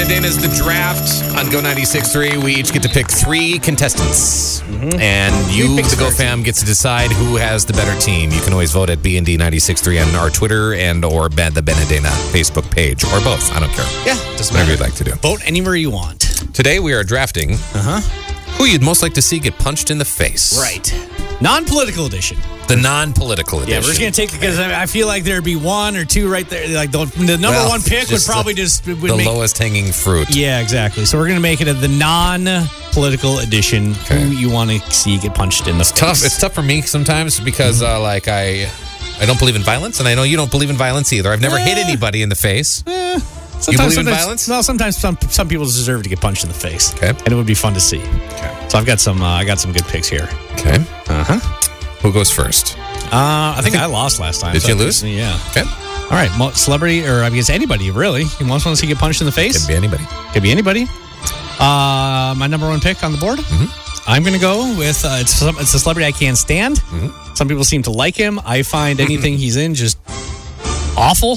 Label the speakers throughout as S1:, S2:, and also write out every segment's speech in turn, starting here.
S1: it in is the draft on Go 96.3. We each get to pick three contestants.
S2: Mm-hmm.
S1: And you, the Go fam, gets to decide who has the better team. You can always vote at BND 96.3 on our Twitter and or Ben the Benedena Facebook page or both. I don't care.
S2: Yeah,
S1: Whatever
S2: doesn't matter.
S1: you'd like to do.
S2: Vote anywhere you want.
S1: Today we are drafting who you'd most like to see get punched in the face.
S2: Uh-huh. Right. Non-political edition.
S1: The non-political edition.
S2: Yeah, we're just gonna take because I I feel like there'd be one or two right there. Like the, the number
S1: Well,
S2: one pick would
S1: just the-
S2: probably just would
S1: the
S2: make.
S1: lowest hanging fruit.
S2: Yeah, exactly. So we're gonna make it a, the non-political edition. Who you want to see get punched in the face?
S1: tough. It's tough for me sometimes because uh, like I, I don't believe in violence, and I know you don't believe in violence either. I've never hit
S2: Eh.
S1: anybody in the face.
S2: Sometimes,
S1: believe in
S2: sometimes-
S1: violence?
S2: No, sometimes some some people deserve to get punched in the face.
S1: Okay.
S2: and it would be fun to see. Okay. So I've got some uh, I got some good picks here.
S1: Okay. Uh huh. Who goes first?
S2: Uh, I think I lost last time.
S1: Did
S2: so
S1: you
S2: I'm
S1: lose?
S2: guessing- Yeah.
S1: Okay.
S2: All right, mo- celebrity or I guess anybody really. You want someone to get punched in the face?
S1: Could be anybody.
S2: Could be anybody. Uh, my number one pick on the board.
S1: Mm-hmm.
S2: I'm going to go with uh, it's, some, it's a celebrity I can't stand.
S1: Mm-hmm.
S2: Some people seem to like him. I find anything he's in just awful.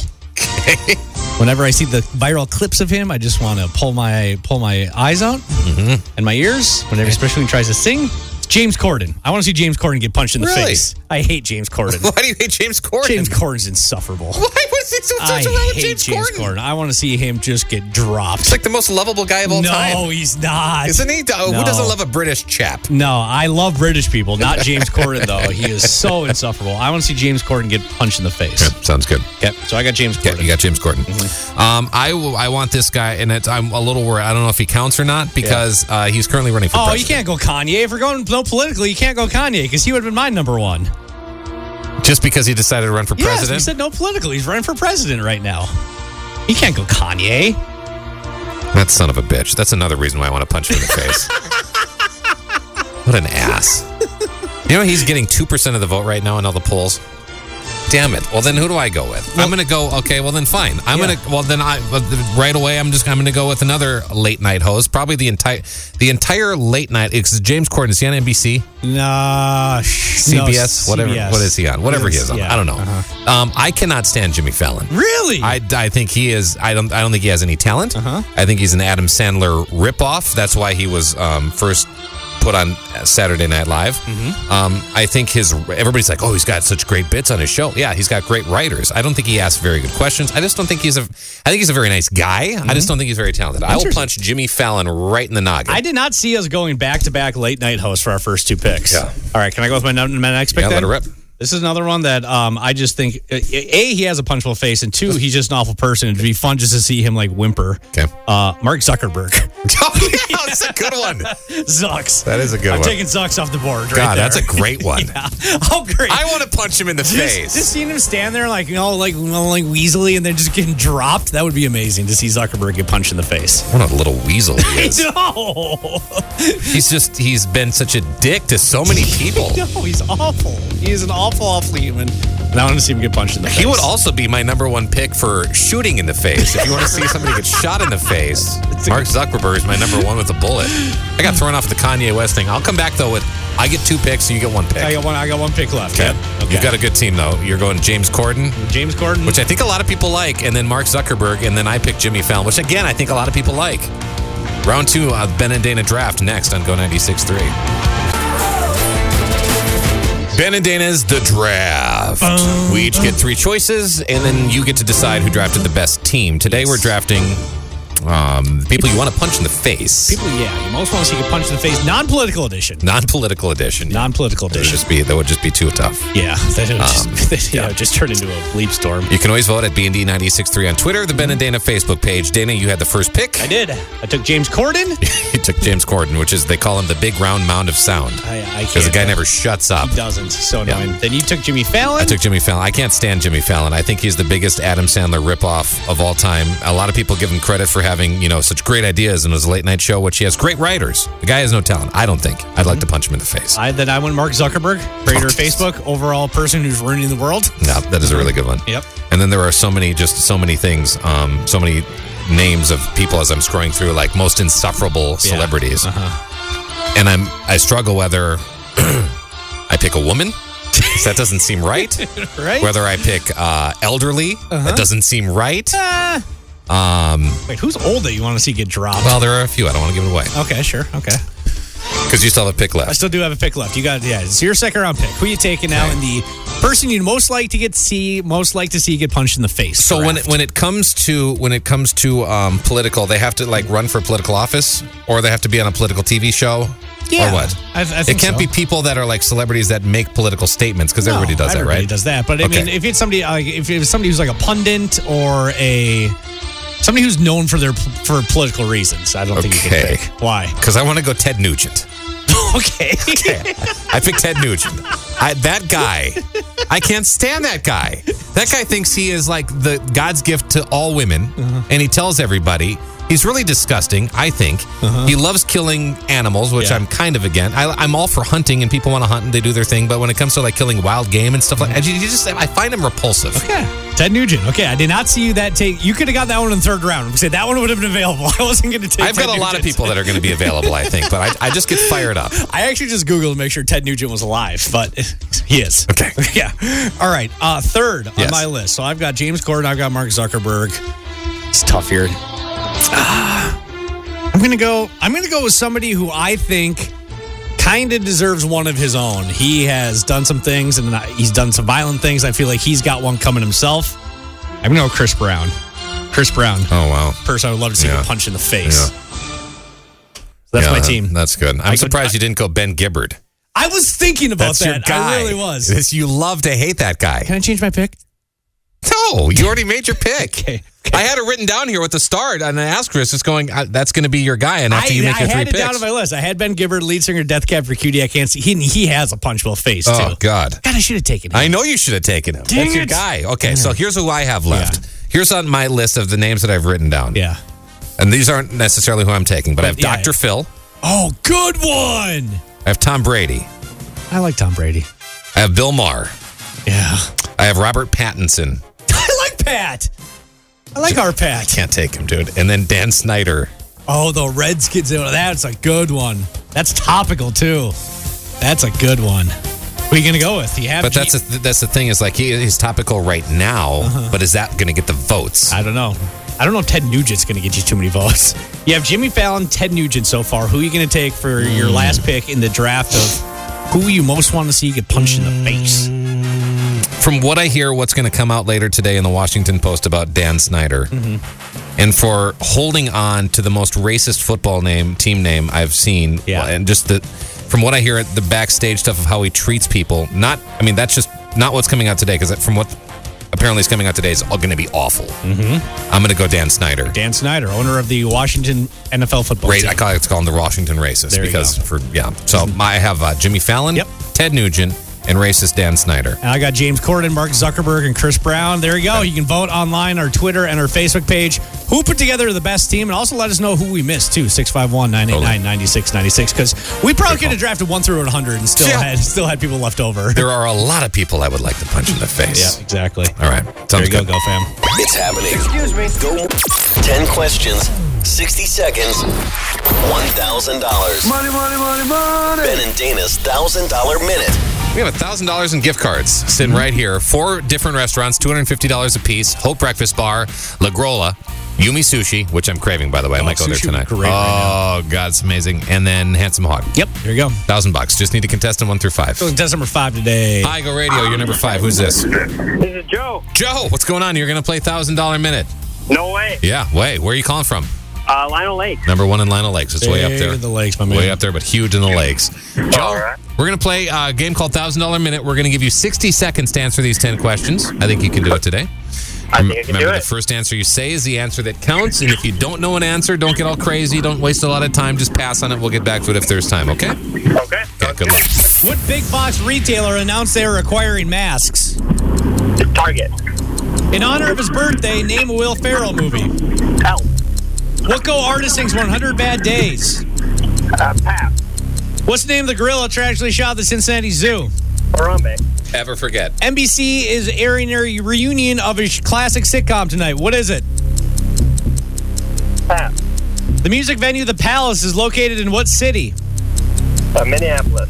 S2: Whenever I see the viral clips of him, I just want to pull my pull my eyes out
S1: Mm-hmm.
S2: and my ears. Whenever, especially when he tries to sing, James Corden. I want to see James Corden get punched in the
S1: Really?
S2: face. I hate James Corden.
S1: Why do you hate James Corden?
S2: James Corden's insufferable.
S1: Why was it so
S2: I
S1: such a wrong with
S2: hate
S1: James, Corden?
S2: I want to see him just get dropped.
S1: It's like the most lovable guy of all
S2: no,
S1: time,
S2: he's not.
S1: isn't he? Oh,
S2: No.
S1: Who doesn't love a British chap?
S2: No, I love British people, not James Corden though. He is so insufferable. I want to see James Corden get punched in the face.
S1: Sounds good.
S2: Okay, so I got James
S1: Yeah,
S2: Corden.
S1: you got James Corden. Um, I w- I want this guy, and it's, I'm a little worried. I don't know if he counts or not because uh, he's currently running for
S2: oh, you
S1: president.
S2: can't go Kanye. If we're going no politically, you can't go Kanye because he would have been my number one.
S1: Just because he decided to run for
S2: Yes,
S1: president?
S2: we said no political. He's running for president right now. You can't go Kanye.
S1: that son of a bitch. That's another reason why I want to punch him in the face. what an ass. You know, he's getting 2% of the vote right now in all the polls. Damn it. Well, then who do I go with? I'm going to go, okay, well, then fine. I'm
S2: Yeah.
S1: going to, well, then I, but the- right away, I'm just, I'm going to go with another late night host. Probably the entire, the entire late night, it's James Corden. Is he on NBC?
S2: Nah, sh- no,
S1: CBS, whatever.
S2: CBS.
S1: What is he on? Whatever he
S2: It's-
S1: is on,
S2: yeah.
S1: I don't know. Um, I cannot stand Jimmy Fallon.
S2: Really?
S1: I, I think he is. I don't. I don't think he has any talent.
S2: Uh-huh.
S1: I think he's an Adam Sandler ripoff. That's why he was um, first put on uh, Saturday Night Live.
S2: Mm-hmm.
S1: Um, I think his everybody's like, oh, he's got such great bits on his show. Yeah, he's got great writers. I don't think he asks very good questions. I just don't think he's a. I think he's a very nice guy. I just don't think he's very talented. I will
S2: Mm-hmm. Interesting.
S1: punch Jimmy Fallon right in the noggin.
S2: I did not see us going back to back late night hosts for our first two picks.
S1: Yeah.
S2: All right, can I go with my, num- my next pick?
S1: Yeah, let
S2: then?
S1: it rip.
S2: This is another one that um, I just think a a, he has a punchable face, and two he's just an awful person. It'd be fun just to see him like whimper.
S1: Okay.
S2: Uh, Mark Zuckerberg,
S1: oh, yeah, that's a good one.
S2: Zucks.
S1: That is a good
S2: I'm
S1: one.
S2: taking Zucks off the board. Right
S1: God,
S2: there.
S1: that's a great one.
S2: oh great.
S1: I want to punch him in the
S2: just,
S1: face.
S2: just seeing him stand there like you know like you know, like weaselly and then just getting dropped. That would be amazing to see Zuckerberg get punched in the face.
S1: what a little weasel he is.
S2: No,
S1: He's just he's been such a dick to so many people.
S2: no, he's awful. He is an awful, awful human. And I want to see him get punched in the face.
S1: He would also be my number one pick for shooting in the face. If you want to see somebody get shot in the face, Mark Zuckerberg is my number one with a bullet. I got thrown off the Kanye West thing. I'll come back though with I get two picks and you get one pick.
S2: I got one. I got one pick left.
S1: Okay.
S2: Yep.
S1: You've got a good team though. You're going James Corden,
S2: James Corden.
S1: which I think a lot of people like, and then Mark Zuckerberg, and then I pick Jimmy Fallon, which again I think a lot of people like. Round two of Ben and Dana draft next on Go 96.3. Ben and Dana's The Draft. We each get three choices, and then you get to decide who drafted the best team. Today we're drafting um, people you want to punch in the face.
S2: People, yeah, you most want to see you get punched in the face. Non-political edition.
S1: Non-political edition.
S2: Non-political
S1: That would
S2: edition.
S1: just be that would just be too tough.
S2: Yeah, that would
S1: Um,
S2: just, that, yeah, it would just turn into a leap storm.
S1: You can always vote at BND 96.3 on Twitter, the Ben and Dana Facebook page. Dana, you had the first pick.
S2: I did. I took James Corden.
S1: He took James Corden, which is they call him the big round mound of sound.
S2: I, I
S1: Because
S2: can't.
S1: the guy never shuts up.
S2: He doesn't. So annoying. Then you took Jimmy Fallon.
S1: I took Jimmy Fallon. I can't stand Jimmy Fallon. I think he's the biggest Adam Sandler ripoff of all time. A lot of people give him credit for having, you know, such great ideas in his late night show, which he has great writers. The guy has no talent. I don't think. I'd like to punch him in the face.
S2: I- then I went Mark Zuckerberg, creator of Facebook, overall person who's ruining the world.
S1: No, that is a really good one.
S2: Yep.
S1: And then there are so many, just so many things, um, so many names of people as I'm scrolling through, like most insufferable celebrities. And I'm, I struggle whether I pick a woman. 'cause That doesn't seem right.
S2: Right.
S1: Uh-huh. Whether I pick uh, elderly, that doesn't seem right.
S2: Ah, Wait, who's old that you want to see get dropped?
S1: Well, there are a few. I don't want to give it away
S2: okay, sure. Okay.
S1: because you still have a pick
S2: I
S1: left.
S2: still do have a pick left. You got yeah, it's your second round pick. Who you taking now? And the person you'd most like to get see most like to see get punched in the face.
S1: So when it,
S2: Correct.
S1: when it comes to when it comes to um, political, they have to like run for political office, or they have to be on a political TV show,
S2: yeah,
S1: or what?
S2: I, I think
S1: It can't
S2: so.
S1: be people that are like celebrities that make political statements because
S2: No,
S1: everybody does that,
S2: everybody
S1: right?
S2: Does that? But I mean,
S1: Okay.
S2: if it's somebody like if it's somebody who's like a pundit or a somebody who's known for their for political reasons, I don't think you
S1: Okay.
S2: can pick. Why?
S1: Because I want to go Ted Nugent.
S2: okay.
S1: I picked Ted Nugent. I, that guy, I can't stand that guy. That guy thinks he is like the God's gift to all women,
S2: Uh-huh.
S1: and he tells everybody he's really disgusting. I think he loves killing animals, which
S2: Uh-huh. Yeah.
S1: I'm kind of against. I, I'm all for hunting, and people want to hunt and they do their thing. But when it comes to like killing wild game and stuff like, that, you just I find him repulsive.
S2: Yeah. Ted Nugent. Okay, I did not see you that take. You could have got that one in the third round. Say that one would have been available. I wasn't going to take.
S1: I've
S2: Ted
S1: got a lot of
S2: Nugent.
S1: people that are going to be available, I think, but I, I just get fired up.
S2: I actually just Googled to make sure Ted Nugent was alive, but he is.
S1: Okay.
S2: Yeah. All right. Uh, third on
S1: Yes.
S2: my list. So I've got James Corden. I've got Mark Zuckerberg. It's tough here. Ah. I'm gonna go. I'm gonna go with somebody who I think kind of deserves one of his own. He has done some things, and I- he's done some violent things. I feel like he's got one coming himself. I'm gonna go Chris Brown. Chris Brown,
S1: Oh wow.
S2: person I would love to see
S1: Yeah.
S2: get punched in the face.
S1: Yeah.
S2: That's
S1: Yeah,
S2: my
S1: that-
S2: team.
S1: That's good. I'm
S2: could-
S1: surprised you didn't go Ben Gibbard.
S2: I was thinking about
S1: That's
S2: that.
S1: your guy.
S2: I really was.
S1: This- you love to hate that guy.
S2: Can I change my pick?
S1: No, you already made your pick.
S2: Okay,
S1: I had it written down here with the start and an asterisk. It's going, uh, that's going to be your guy. And after
S2: I,
S1: you make
S2: I
S1: your three
S2: had it
S1: picks.
S2: down on my list. I had Ben Gibbard, lead singer, Death Cab for Cutie. I can't see. He, he has a punchable face,
S1: oh,
S2: too.
S1: God.
S2: God, I should have taken him.
S1: I know you should have taken him.
S2: Dang
S1: that's your
S2: it.
S1: guy. Okay, so here's who I have left. Here's on my list of the names that I've written down.
S2: yeah.
S1: And these aren't necessarily who I'm taking, but I have
S2: yeah,
S1: Dr.
S2: yeah.
S1: Phil.
S2: Oh, good one.
S1: I have Tom Brady.
S2: I like Tom Brady.
S1: I have Bill Maher.
S2: Yeah.
S1: I have Robert Pattinson.
S2: I like Pat. I like our Pat.
S1: Can't take him, dude. And then Dan Snyder.
S2: Oh, the Redskins. oh, That's a good one. That's topical, too. That's a good one. What are you going to go with? You have
S1: But that's the- that's the thing is like he, he's topical right now, but is that going to get the votes?
S2: Uh-huh. I don't know. I don't know if Ted Nugent's going to get you too many votes. You have Jimmy Fallon, Ted Nugent so far. Who are you going to take for your last pick in the draft of who you most want to see get punched in the face?
S1: from what I hear, what's going to come out later today in the Washington Post about Dan Snyder,
S2: Mm-hmm.
S1: and for holding on to the most racist football name team name I've seen,
S2: Yeah.
S1: and just the from what I hear, the backstage stuff of how he treats people. Not, I mean, that's just not what's coming out today because from what apparently is coming out today is all going to be awful. Mm-hmm. I'm going to go Dan Snyder.
S2: Dan Snyder, owner of the Washington NFL football
S1: Ra-
S2: team.
S1: I call it, it's called the Washington racist
S2: There you
S1: because for
S2: go.
S1: yeah. So my, I have uh, Jimmy Fallon,
S2: Yep.
S1: Ted Nugent, and racist Dan Snyder.
S2: And I got James Corden, Mark Zuckerberg, and Chris Brown. There you go. You can vote online, our Twitter, and our Facebook page. Who put together the best team? And also let us know who we missed, too. 651 989 9696. Because we probably could have drafted one through 100 and still,
S1: Yeah.
S2: had, still had people left over.
S1: There are a lot of people I would like to punch in the face.
S2: Yeah, exactly.
S1: All right.
S2: There
S1: Sounds
S2: you go,
S1: good.
S2: go fam.
S3: It's happening. Excuse me. Go. 10 questions, 60 seconds, $1,000. Money, money, money, money. Ben and Dana's $1,000 minute.
S1: We have $1,000 in gift cards
S2: Mm-hmm.
S1: sitting right here. Four different restaurants, $250 a piece. Hope Breakfast Bar, La Grolla, Yumi Sushi, which I'm craving, by the way. I might go there
S2: Oh, sushi would be
S1: tonight.
S2: great right
S1: oh, God, it's amazing. And then Handsome Hog.
S2: Yep, there you go.
S1: 1000 bucks. Just need a contestant one through five.
S2: So test number five today.
S1: Hi, Go Radio. You're number five. Who's this?
S4: This is Joe.
S1: Joe, what's going on? You're going to play $1,000 Minute.
S4: No way.
S1: Yeah, way. Where are you calling from?
S4: Uh, Lionel Lake.
S1: Number one in Lionel Lakes. It's way up
S2: Big
S1: there.
S2: in the lakes, my man.
S1: Way up there, but huge in the lakes. Joe, we're going to play a game called $1,000 Minute. We're going to give you 60 seconds to answer these 10 questions. I think you can do it today.
S4: I think I can
S1: Remember,
S4: do
S1: the
S4: it.
S1: first answer you say is the answer that counts. And if you don't know an answer, don't get all crazy. Don't waste a lot of time. Just pass on it. We'll get back to it if there's time, okay? Okay,
S4: okay.
S1: good luck.
S2: What big box retailer announced they were acquiring masks?
S4: Target.
S2: In honor of his birthday, name a Will Ferrell movie.
S4: L.
S2: Wilco Artist sings 100 Bad Days.
S4: Uh, Pap.
S2: What's the name of the gorilla tragically shot at the Cincinnati Zoo?
S4: Harambe.
S1: Ever forget.
S2: NBC is airing their reunion of a classic sitcom tonight. What is it?
S4: Pap.
S2: The music venue The Palace is located in what city?
S4: Uh, Minneapolis.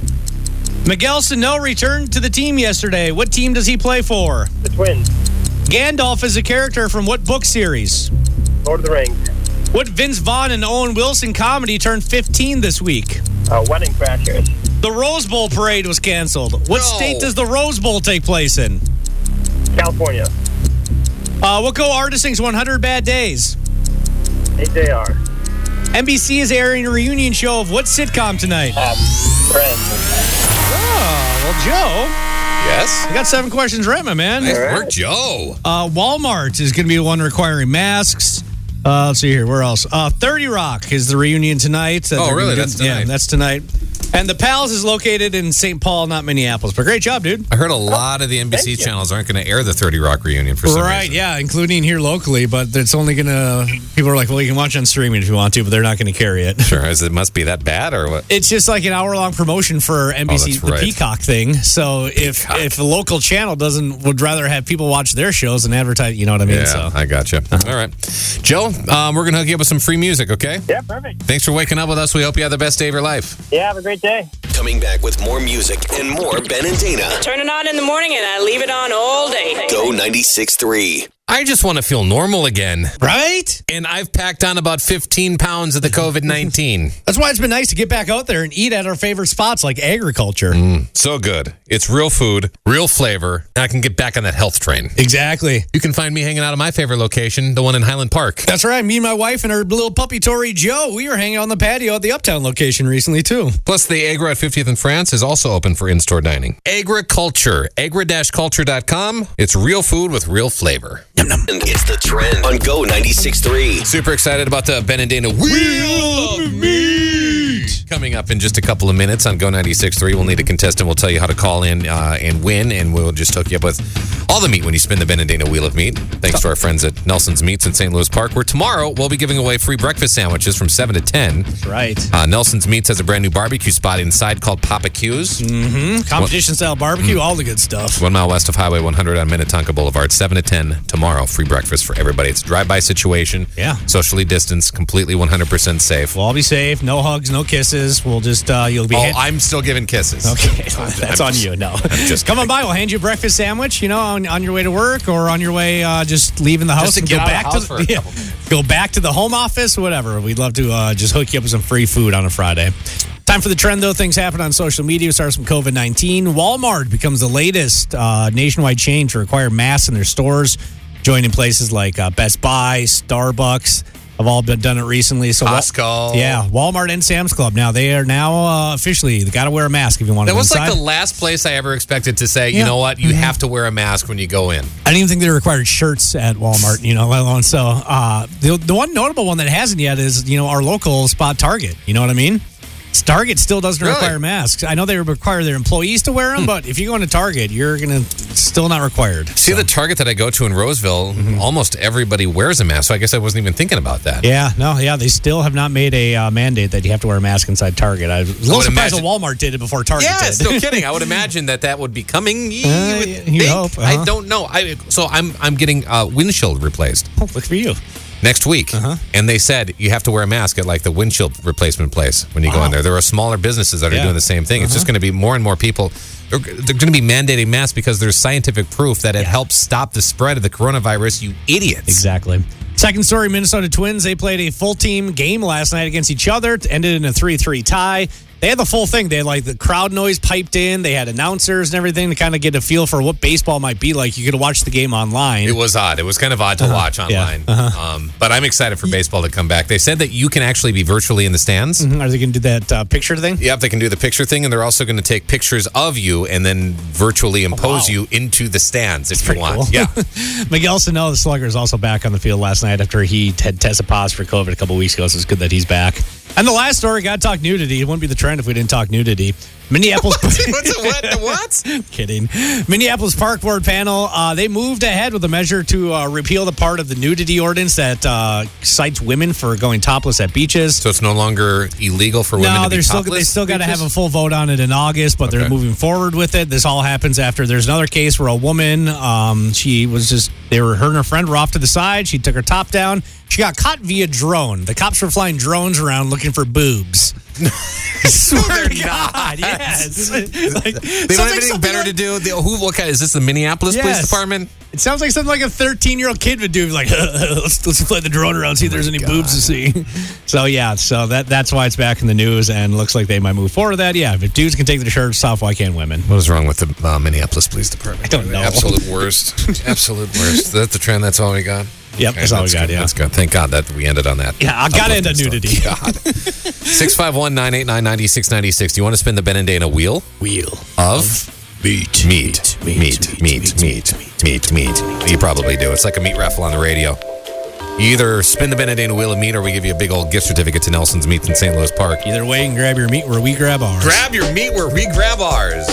S2: Miguel Sano returned to the team yesterday. What team does he play for?
S4: The Twins.
S2: Gandalf is a character from what book series?
S4: Lord of the Rings.
S2: What Vince Vaughn and Owen Wilson comedy turned 15 this week?
S4: Uh, Wedding Crashers.
S2: The Rose Bowl parade was canceled. What
S1: No.
S2: state does the Rose Bowl take place in?
S4: California.
S2: Uh, what go artists sings 100 Bad Days?
S4: AJR.
S2: NBC is airing a reunion show of what sitcom tonight?
S4: Um, friends.
S2: Oh, well,
S1: Yes.
S2: Joe, I got seven questions right, my man.
S1: Nice work, Joe.
S2: Uh, Walmart is going to be the one requiring masks. Uh, let's see here. Where else? Uh, 30 Rock is the reunion tonight. Uh,
S1: Oh,
S2: they're
S1: really?
S2: gonna do-
S1: That's tonight.
S2: Yeah, that's tonight. And the Pals is located in St. Paul, not Minneapolis. But great job, dude.
S1: I heard a lot of the NBC
S4: you.
S1: channels aren't going to air the 30 Rock reunion for some
S2: Right,
S1: reason.
S2: yeah, including here locally, but it's only gonna. People are like, well, you can watch on streaming if you want to, but they're not gonna carry it.
S1: Sure. Is it must be that bad or what?
S2: It's just like an hour long promotion for NBC,
S1: that's
S2: the
S1: right.
S2: Peacock thing. So if
S1: Peacock.
S2: if a local channel doesn't would rather have people watch their shows and advertise, you know what I mean?
S1: Yeah,
S2: So
S1: I gotcha. All right. Joe, um, we're going to hook you up with some free music, okay?
S4: Yeah, perfect.
S1: Thanks for waking up with us. We hope you have the best day of your life.
S4: Yeah, have a great day.
S3: Coming back with more music and more Ben and Dana.
S5: Turn it on in the morning and I leave it on all day.
S3: Go 96.3.
S1: I just want to feel normal again.
S2: right,
S1: And I've packed on about 15 pounds of the COVID 19.
S2: that's why it's been nice to get back out there and eat at our favorite spots like agriculture.
S1: so good. It's real food, real flavor, and I can get back on that health train.
S2: Exactly.
S1: You can find me hanging out at my favorite location, the one in Highland Park.
S2: That's right. Me and my wife and our little puppy Tori Joe, we were hanging on the patio at the Uptown location recently too.
S1: Plus, the Agra at 50th and France is also open for in store dining. Agra Culture, agra-culture.com. It's real food with real flavor.
S3: And it's the trend on Go 96.3.
S1: Super excited about the Ben and Dana Wheel of Meat coming up in just a couple of minutes on Go 96.3. We'll need a contestant. We'll tell you how to call in uh, and win, and we'll just hook you up with all the meat when you spin the Ben and Dana Wheel of Meat. Thanks to our friends at Nelson's Meats in St. Louis Park, where tomorrow we'll be giving away free breakfast sandwiches from 7 to 10.
S2: Right.
S1: Uh, Nelson's Meats has a brand new barbecue spot inside called Papa Q's.
S2: Competition style
S1: Mm.
S2: barbecue, all the good stuff.
S1: One mile west of Highway 100 on Minnetonka Boulevard, 7 to 10 tomorrow. Free breakfast for everybody. It's a drive by situation.
S2: Yeah.
S1: Socially distanced, completely 100% safe.
S2: We'll all be safe. No hugs, no kisses. We'll just uh, you'll be.
S1: Oh,
S2: hand-
S1: I'm still giving kisses.
S2: okay, that's on you. No,
S1: just-
S2: come on by. We'll hand you a breakfast sandwich. You know, on, on your way to work or on your way uh, just leaving the house
S1: to
S2: and
S1: get
S2: go
S1: out of
S2: back
S1: the house
S2: to
S1: for a
S2: yeah,
S1: couple
S2: go back to the home office. Whatever. We'd love to uh, just hook you up with some free food on a Friday. Time for the trend, though. Things happen on social media. We Starts from COVID 19. Walmart becomes the latest uh, nationwide chain to require masks in their stores, joining places like uh, Best Buy, Starbucks. Have all been done it recently. So Wal-
S1: Costco.
S2: yeah, Walmart and Sam's Club. Now they are now uh, officially they got to wear a mask if you want to
S1: That
S2: go
S1: was
S2: inside.
S1: like the last place I ever expected to say, you
S2: Yeah.
S1: know what, you have to wear a mask when you go in.
S2: I didn't even think they required shirts at Walmart, you know, let alone. So uh, the the one notable one that hasn't yet is you know our local spot Target. You know what I mean? It's Target still doesn't
S1: Really? Hmm.
S2: require masks. I know they require their employees to wear them, but if you go into Target, you're gonna it's still not required.
S1: See, the Target that I go to in Roseville, almost everybody wears a mask. So I guess I wasn't even thinking about that.
S2: Yeah, no, yeah, they still have not made a uh, mandate that you have to wear a mask inside Target. I was a
S1: I
S2: little
S1: would
S2: surprised
S1: imagine-
S2: that Walmart did it before Target
S1: Yes,
S2: did.
S1: no kidding. I would imagine that that would be coming. You
S2: Uh,
S1: would
S2: you
S1: think?
S2: hope,
S1: I
S2: uh-huh.
S1: don't know. I so I'm I'm getting uh, windshield replaced.
S2: Oh, Look for you.
S1: next week.
S2: Uh-huh.
S1: And they said you have to wear a mask at like the windshield replacement place when you go in there. There are smaller businesses that are
S2: Yeah. Uh-huh.
S1: doing the same thing. It's just going to be more and more people. They're, they're going to be mandating masks because there's scientific proof that it helps stop the spread of the coronavirus, you idiots.
S2: Exactly. Second story Minnesota Twins. They played a full team game last night against each other. It ended in a 3 3 tie. They had the full thing. They had like the crowd noise piped in. They had announcers and everything to kind of get a feel for what baseball might be like. You could watch the game online.
S1: It was odd. It was kind of odd to watch
S2: Uh-huh. Yeah. Uh-huh.
S1: online. Um, but I'm excited for baseball to come back. They said that you can actually be virtually in the stands.
S2: Are they going to do that uh, picture thing?
S1: Yep, they can do the picture thing, and they're also going to take pictures of you and then virtually impose you into the stands if you want.
S2: cool.
S1: Yeah.
S2: Miguel Sano, the slugger, is also back on the field last night after he had tested positive for COVID a couple weeks ago. So it's good that he's back. And the last story, got to talk nudity. It wouldn't be the trend if we didn't talk nudity. Minneapolis.
S1: What's what? What?
S2: Kidding. Minneapolis Park Board panel, uh, they moved ahead with a measure to uh, repeal the part of the nudity ordinance that uh, cites women for going topless at beaches.
S1: So it's no longer illegal for women
S2: no,
S1: to be
S2: they're still, they
S1: topless
S2: still got to
S1: beaches?
S2: have a full vote on it in August, but
S1: Okay.
S2: they're moving forward with it. This all happens after there's another case where a woman, um, she was just, they were, her and her friend were off to the side. She took her top down. She got caught via drone. The cops were flying drones around looking for boobs.
S1: I swear to God.
S2: yes. like,
S1: They don't have anything better to do. The, who? What kind? Is this the Minneapolis Police
S2: Yes.
S1: Department?
S2: It sounds like something like a 13 year old kid would do. Like, let's let's fly the drone around, see if
S1: Oh
S2: there's any boobs to see. So yeah, so that that's why it's back in the news and looks like they might move forward with that. Yeah, if dudes can take the shirts off, why can't women?
S1: What is wrong with the uh, Minneapolis Police Department?
S2: I don't know.
S1: Absolute worst. Absolute worst. Is that the trend? That's all we got?
S2: Yep, that's all we
S1: good.
S2: got, yeah.
S1: That's good. Thank God that we ended on that.
S2: Yeah, I gotta end on
S1: Uplifting
S2: nudity.
S1: stuff. God. 651 989 9696. Do you want to spin the Ben and Dana wheel?
S2: Wheel
S1: Of? Meat. Meat. Meat. Meat. Meat. Meat. Meat. You probably do. It's like a meat raffle on the radio. You either spin the Ben and Dana wheel of meat or we give you a big old gift certificate to Nelson's Meats in St. Louis Park.
S2: Either way, you can grab your meat where we grab ours.
S1: Grab your meat where we grab ours.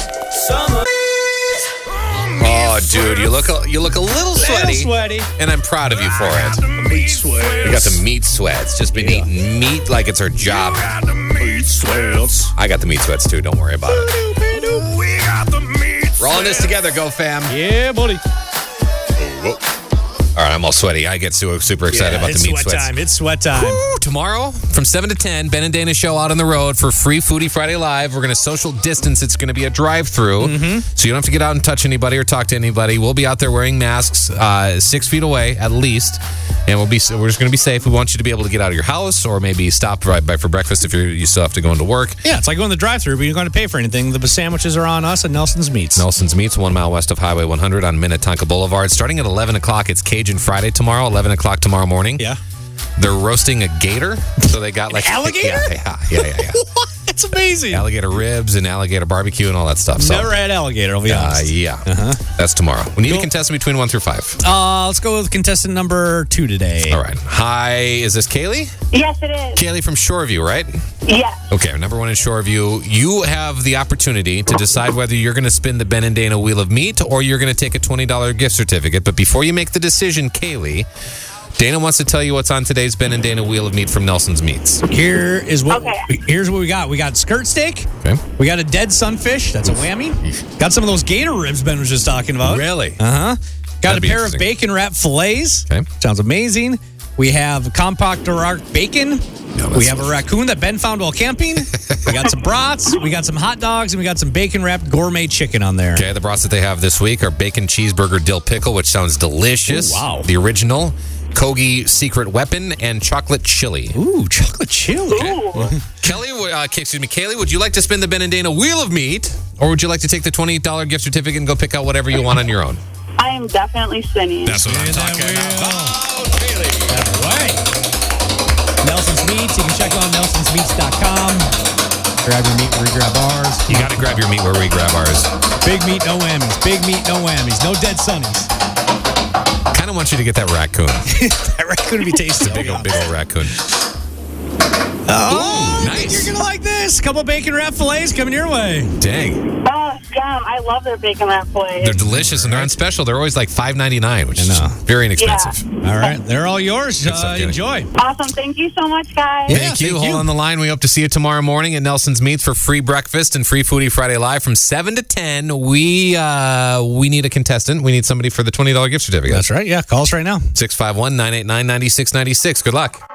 S1: Oh, dude, you look a, you look a little sweaty,
S2: sweaty.
S1: and I'm proud of you for it.
S6: Meat sweats.
S1: You got the meat sweats. Just been eating meat like it's our job.
S6: Got the meat sweats.
S1: I got the meat sweats too. Don't worry about it.
S6: We got the meat
S1: We're all in this together. Go, fam.
S2: Yeah, buddy.
S1: All right, I'm all sweaty. I get su- super excited about
S2: it's
S1: the meat
S2: sweat
S1: sweats.
S2: time. It's sweat time.
S1: Woo! Tomorrow from 7 to 10, Ben and Dana show out on the road for free Foodie Friday Live. We're going to social distance. It's going to be a drive through.
S2: Mm-hmm.
S1: So you don't have to get out and touch anybody or talk to anybody. We'll be out there wearing masks uh, six feet away at least. And we'll be, so we're just going to be safe. We want you to be able to get out of your house or maybe stop right by for breakfast if you're, you still have to go into work.
S2: Yeah, it's like going to the drive-through, but you're going to pay for anything. The sandwiches are on us and Nelson's Meats.
S1: Nelson's Meats, one mile west of Highway 100 on Minnetonka Boulevard. Starting at 11 o'clock, it's Cajun Friday tomorrow, 11 o'clock tomorrow morning.
S2: Yeah.
S1: They're roasting a gator. So they got like
S2: alligator?
S1: Yeah, yeah, yeah, yeah. yeah.
S2: What? That's amazing.
S1: alligator ribs and alligator barbecue and all that stuff. So,
S2: Never had alligator, I'll be
S1: uh,
S2: honest.
S1: yeah, that's tomorrow. We need a contestant between one through five.
S2: Uh, let's go with contestant number two today.
S1: All right. Hi, is this Kaylee?
S7: Yes, it is.
S1: Kaylee from Shoreview, right?
S7: Yes.
S1: Okay, number one in Shoreview. You have the opportunity to decide whether you're going to spin the Ben and Dana Wheel of Meat or you're going to take a $20 gift certificate. But before you make the decision, Kaylee, Dana wants to tell you what's on today's Ben and Dana Wheel of Meat from Nelson's Meats.
S2: Here is what
S7: Okay.
S2: here's what we got. We got skirt steak.
S1: Okay.
S2: We got a dead sunfish. That's a whammy. Got some of those gator ribs Ben was just talking about.
S1: Really?
S2: Uh huh. Got
S1: That'd
S2: a
S1: be
S2: pair of
S1: interesting.
S2: bacon wrap fillets.
S1: Okay.
S2: Sounds amazing. We have compact Dorark bacon.
S1: that's
S2: we have a
S1: delicious.
S2: raccoon that Ben found while camping. we got some brats. We got some hot dogs, and we got some bacon wrapped gourmet chicken on there.
S1: Okay, the brats that they have this week are bacon cheeseburger dill pickle, which sounds delicious.
S2: Ooh, wow.
S1: The original, Kogi secret weapon, and chocolate chili.
S2: Ooh, chocolate chili.
S1: Kelly, uh, excuse me, Kaylee, would you like to spin the Ben and Dana wheel of meat, or would you like to take the twenty dollar gift certificate and go pick out whatever you want on your own?
S7: I am definitely spinning.
S1: That's what I'm talking Oh,
S2: All right. Nelson's Meats. You can check out nelsonsmeats.com. Grab your meat where you grab ours.
S1: You got to grab your meat where we grab ours.
S2: Big meat, no whammies. Big meat, no whammies. No dead sunnies.
S1: Kind of want you to get that raccoon,
S2: that raccoon would be tasty.
S1: big old, big old raccoon.
S2: Oh,
S1: Ooh,
S2: I think
S1: nice.
S2: you're gonna like this. Couple bacon wrap fillets coming your way.
S1: Dang,
S7: Oh, yum. I love their bacon wrap plate.
S1: they're delicious and they're on special. They're always like five ninety nine, which is
S2: I know.
S1: very inexpensive.
S2: All right, they're all yours.
S1: stuff,
S2: Uh,
S1: Danny.
S2: enjoy.
S7: Awesome. Thank you so much, guys.
S1: Thank
S2: Yeah,
S1: you. Hold
S2: thank you.
S1: on the line. We hope to see you tomorrow morning at Nelson's Meats for free breakfast and free Foodie Friday live from seven to ten. We uh, we need a contestant. We need somebody for the twenty dollar gift certificate.
S2: right. Yeah, call us right now.
S1: Six five one nine eight nine ninety six ninety six. Good luck.